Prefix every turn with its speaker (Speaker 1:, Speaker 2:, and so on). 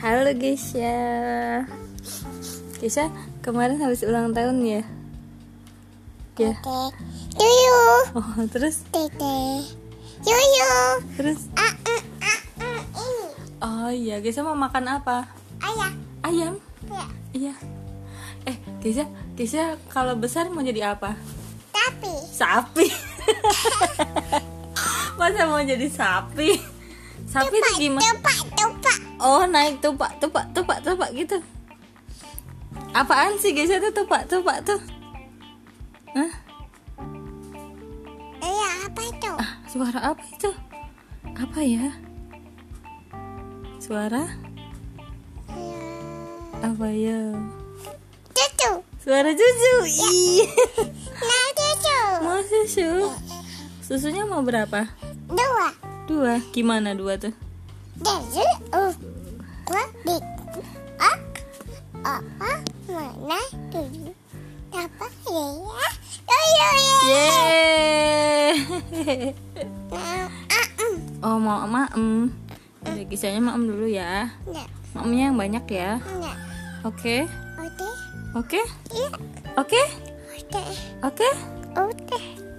Speaker 1: Halo Gesha Gesha kemarin habis ulang tahun ya? Ya
Speaker 2: Tete. Yuyu.
Speaker 1: Oh terus?
Speaker 2: Tete. Yuyu.
Speaker 1: Terus?
Speaker 2: Ah, mm, ah, mm, ini.
Speaker 1: Oh iya Gesha mau makan apa?
Speaker 2: Ayah.
Speaker 1: Ayam?
Speaker 2: Ya.
Speaker 1: Iya Eh Gesha, Gesha kalau besar mau jadi apa?
Speaker 2: Tapi.
Speaker 1: Sapi Masa mau jadi sapi? Sapi itu gimana?
Speaker 2: Tupak, tupak.
Speaker 1: Oh naik tupak, tupak, tupak, tupak gitu Apaan sih Gesha tuh tupak, tupak tuh? Hah?
Speaker 2: Iya, apa itu?
Speaker 1: Ah, suara apa itu? Apa ya? Suara
Speaker 2: Iya.
Speaker 1: apa ya?
Speaker 2: Cucu.
Speaker 1: Suara cucu. Ih.
Speaker 2: Nah, cucu.
Speaker 1: Mau
Speaker 2: Eh.
Speaker 1: susu. Susunya mau berapa?
Speaker 2: Dua.
Speaker 1: Dua. Gimana dua tuh?
Speaker 2: Dari. Uh. Dua. Di. Ah. Apa? Mana? Tujuh. Apa? Ya. Yuyu. ya.
Speaker 1: Yeay.
Speaker 2: Nah, ah, mm.
Speaker 1: Oh, mau maem. Udah kisahnya maem dulu ya.
Speaker 2: Nah,
Speaker 1: Maemnya yang banyak ya.
Speaker 2: nah.
Speaker 1: Oke.
Speaker 2: Oke.
Speaker 1: Oke.
Speaker 2: Iya.
Speaker 1: Oke.
Speaker 2: Oke.
Speaker 1: Oke.
Speaker 2: Oke.